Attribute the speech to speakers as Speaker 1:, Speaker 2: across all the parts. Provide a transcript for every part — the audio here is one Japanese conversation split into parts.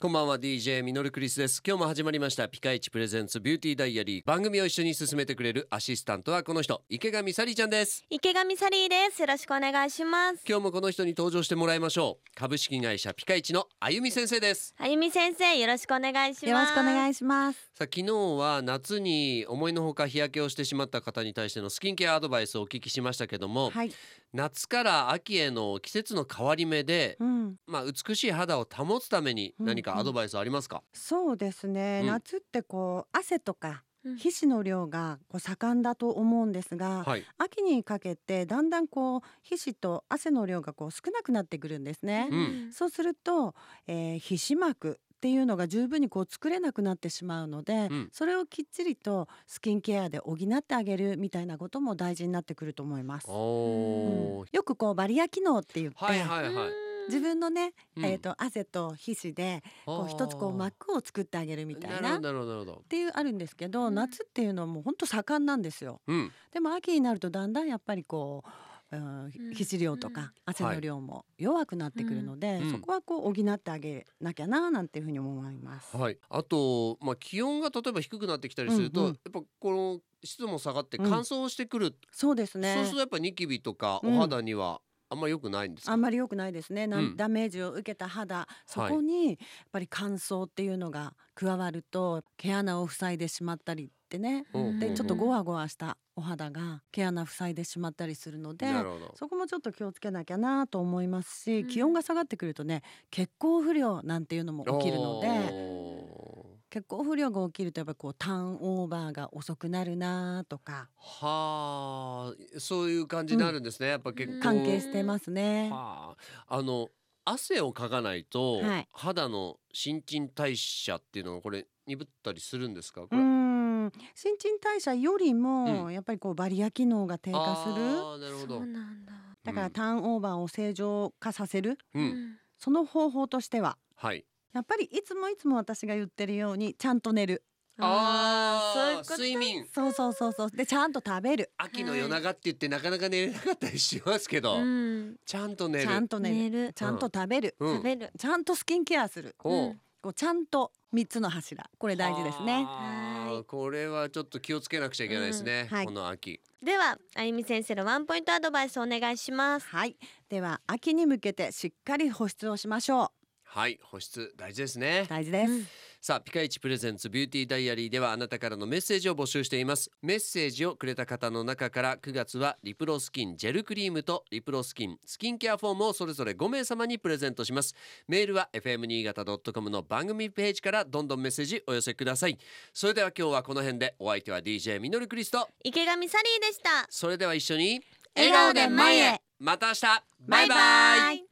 Speaker 1: こんばんは DJ ミノルクリスです今日も始まりましたピカイチプレゼンツビューティーダイアリー番組を一緒に進めてくれるアシスタントはこの人池上サリーちゃんです
Speaker 2: 池上サリーですよろしくお願いします
Speaker 1: 今日もこの人に登場してもらいましょう株式会社ピカイチのあゆみ先生です
Speaker 2: あゆみ先生よろしくお願いします
Speaker 3: よろしくお願
Speaker 2: い
Speaker 3: いします。
Speaker 1: さあ昨日は夏に思いのほか日焼けをしてしまった方に対してのスキンケアアドバイスをお聞きしましたけども、
Speaker 3: はい、
Speaker 1: 夏から秋への季節の変わり目で
Speaker 3: うん、
Speaker 1: まあ美しい肌を保つために
Speaker 3: うん
Speaker 1: 何かアドバイスありますか、
Speaker 3: そうですね。
Speaker 1: うん
Speaker 3: 夏ってこう汗とか
Speaker 2: うん
Speaker 3: 皮脂の量がこう盛んだと思うんですが、
Speaker 1: はい
Speaker 3: 秋にかけてだんだんこう皮脂と汗の量がこう少なくなってくるんですね。
Speaker 1: うん
Speaker 3: そうすると、えー皮脂膜っていうのが十分にこう作れなくなってしまうので、
Speaker 1: うん
Speaker 3: それをきっちりとスキンケアで補ってあげるみたいなことも大事になってくると思います。
Speaker 1: おー、
Speaker 3: よくこうバリア機能って言って、
Speaker 1: はいはいはい、
Speaker 3: 自分のね、
Speaker 1: うん
Speaker 3: えー、と汗と皮脂でこう一つこう膜を作ってあげるみたい
Speaker 1: なる
Speaker 3: な
Speaker 1: ほどな
Speaker 3: っ
Speaker 1: るほどなるほど
Speaker 3: ていうあるんですけど、
Speaker 2: うん
Speaker 3: 夏っていうのはもう本当盛んなんですよ
Speaker 1: うん
Speaker 3: でも秋になるとだんだんやっぱりこう、うん
Speaker 2: ん
Speaker 3: 皮脂量と
Speaker 2: うん
Speaker 3: か汗の量も弱くなってくるので、
Speaker 1: うん
Speaker 3: そこはこう補ってあげなきゃななんていうふうに思います、
Speaker 1: はいあとまあ気温が例えば低くなってきたりすると、
Speaker 3: うんうん
Speaker 1: やっぱこの湿度も下がって
Speaker 3: うん
Speaker 1: 乾燥してくる、
Speaker 3: そうです
Speaker 1: そう
Speaker 3: ね
Speaker 1: するとやっぱニキビとか
Speaker 3: うん
Speaker 1: お肌にはあんまり良くないんですか、
Speaker 3: あんまり良くないですね、なん
Speaker 1: うん
Speaker 3: ダメージを受けた肌そこにやっぱり乾燥っていうのが加わると毛穴を塞いでしまったりってね
Speaker 1: うんうん
Speaker 3: で
Speaker 1: うん
Speaker 3: ちょっとゴワゴワしたお肌が毛穴塞いでしまったりするので
Speaker 1: なるほど
Speaker 3: そこもちょっと気をつけなきゃなと思いますし、
Speaker 2: うん
Speaker 3: 気温が下がってくるとね血行不良なんていうのも起きるので
Speaker 1: お
Speaker 3: 血行不良が起きるとやっぱりこうターンオーバーが遅くなるなとか
Speaker 1: ーはあそういう感じになるんですね、やっぱ結
Speaker 2: うん
Speaker 1: 構
Speaker 3: 関係してますね。
Speaker 1: はあ、あの汗をかかないと、
Speaker 3: はい
Speaker 1: 肌の新陳代謝っていうのはこれ鈍ったりするんですかこ
Speaker 3: う
Speaker 1: れ、
Speaker 3: ん新陳代謝より
Speaker 1: う
Speaker 3: もやっぱりこうバリア機能が低下する
Speaker 1: あーなるほ
Speaker 2: そ
Speaker 1: ど
Speaker 2: うなんだ
Speaker 3: だからターンオーバーを正常化させる
Speaker 1: うん、うん
Speaker 3: その方法としては
Speaker 1: はい
Speaker 3: やっぱりいつもいつも私が言ってるようにちゃんと寝る
Speaker 1: あ
Speaker 2: そうい
Speaker 1: あ
Speaker 2: うこと
Speaker 1: 睡眠
Speaker 3: そうそうそうそうでちゃんと食べる
Speaker 1: 秋の夜長って言ってなかなか寝れなかったりしますけど、
Speaker 2: うん
Speaker 1: ちゃんと寝る
Speaker 3: ちゃんと寝る
Speaker 2: 寝る
Speaker 3: ちゃんと食べる、
Speaker 1: うん
Speaker 2: 食べる
Speaker 3: ちゃんとスキンケアする
Speaker 1: おう
Speaker 2: うん
Speaker 3: こうちゃんと三つの柱これ大事ですね
Speaker 1: はあ
Speaker 2: はい
Speaker 1: これはちょっと気をつけなくちゃいけないですね、
Speaker 3: うんはい
Speaker 1: この秋
Speaker 2: ではあゆみ先生のワンポイントアドバイスお願いします
Speaker 3: はいでは秋に向けてしっかり保湿をしましょ
Speaker 1: はい保湿大事ですね
Speaker 3: う大事です、
Speaker 2: うん
Speaker 1: さあピカイチプレゼンツビューティーダイアリーではあなたからのメッセージを募集していますメッセージをくれた方の中から9月はリプロスキンジェルクリームとリプロスキンスキンケアフォームをそれぞれ5名様にプレゼントしますメールは fm 新潟 .com の番組ページからどんどんメッセージお寄せくださいそれでは今日はこの辺でお相手は DJ ミノルクリスト
Speaker 2: 池上サリーでした
Speaker 1: それでは一緒に
Speaker 2: 笑顔で前へ
Speaker 1: また明日バイバイ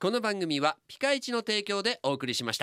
Speaker 1: この番組はピカイチの提供でお送りしました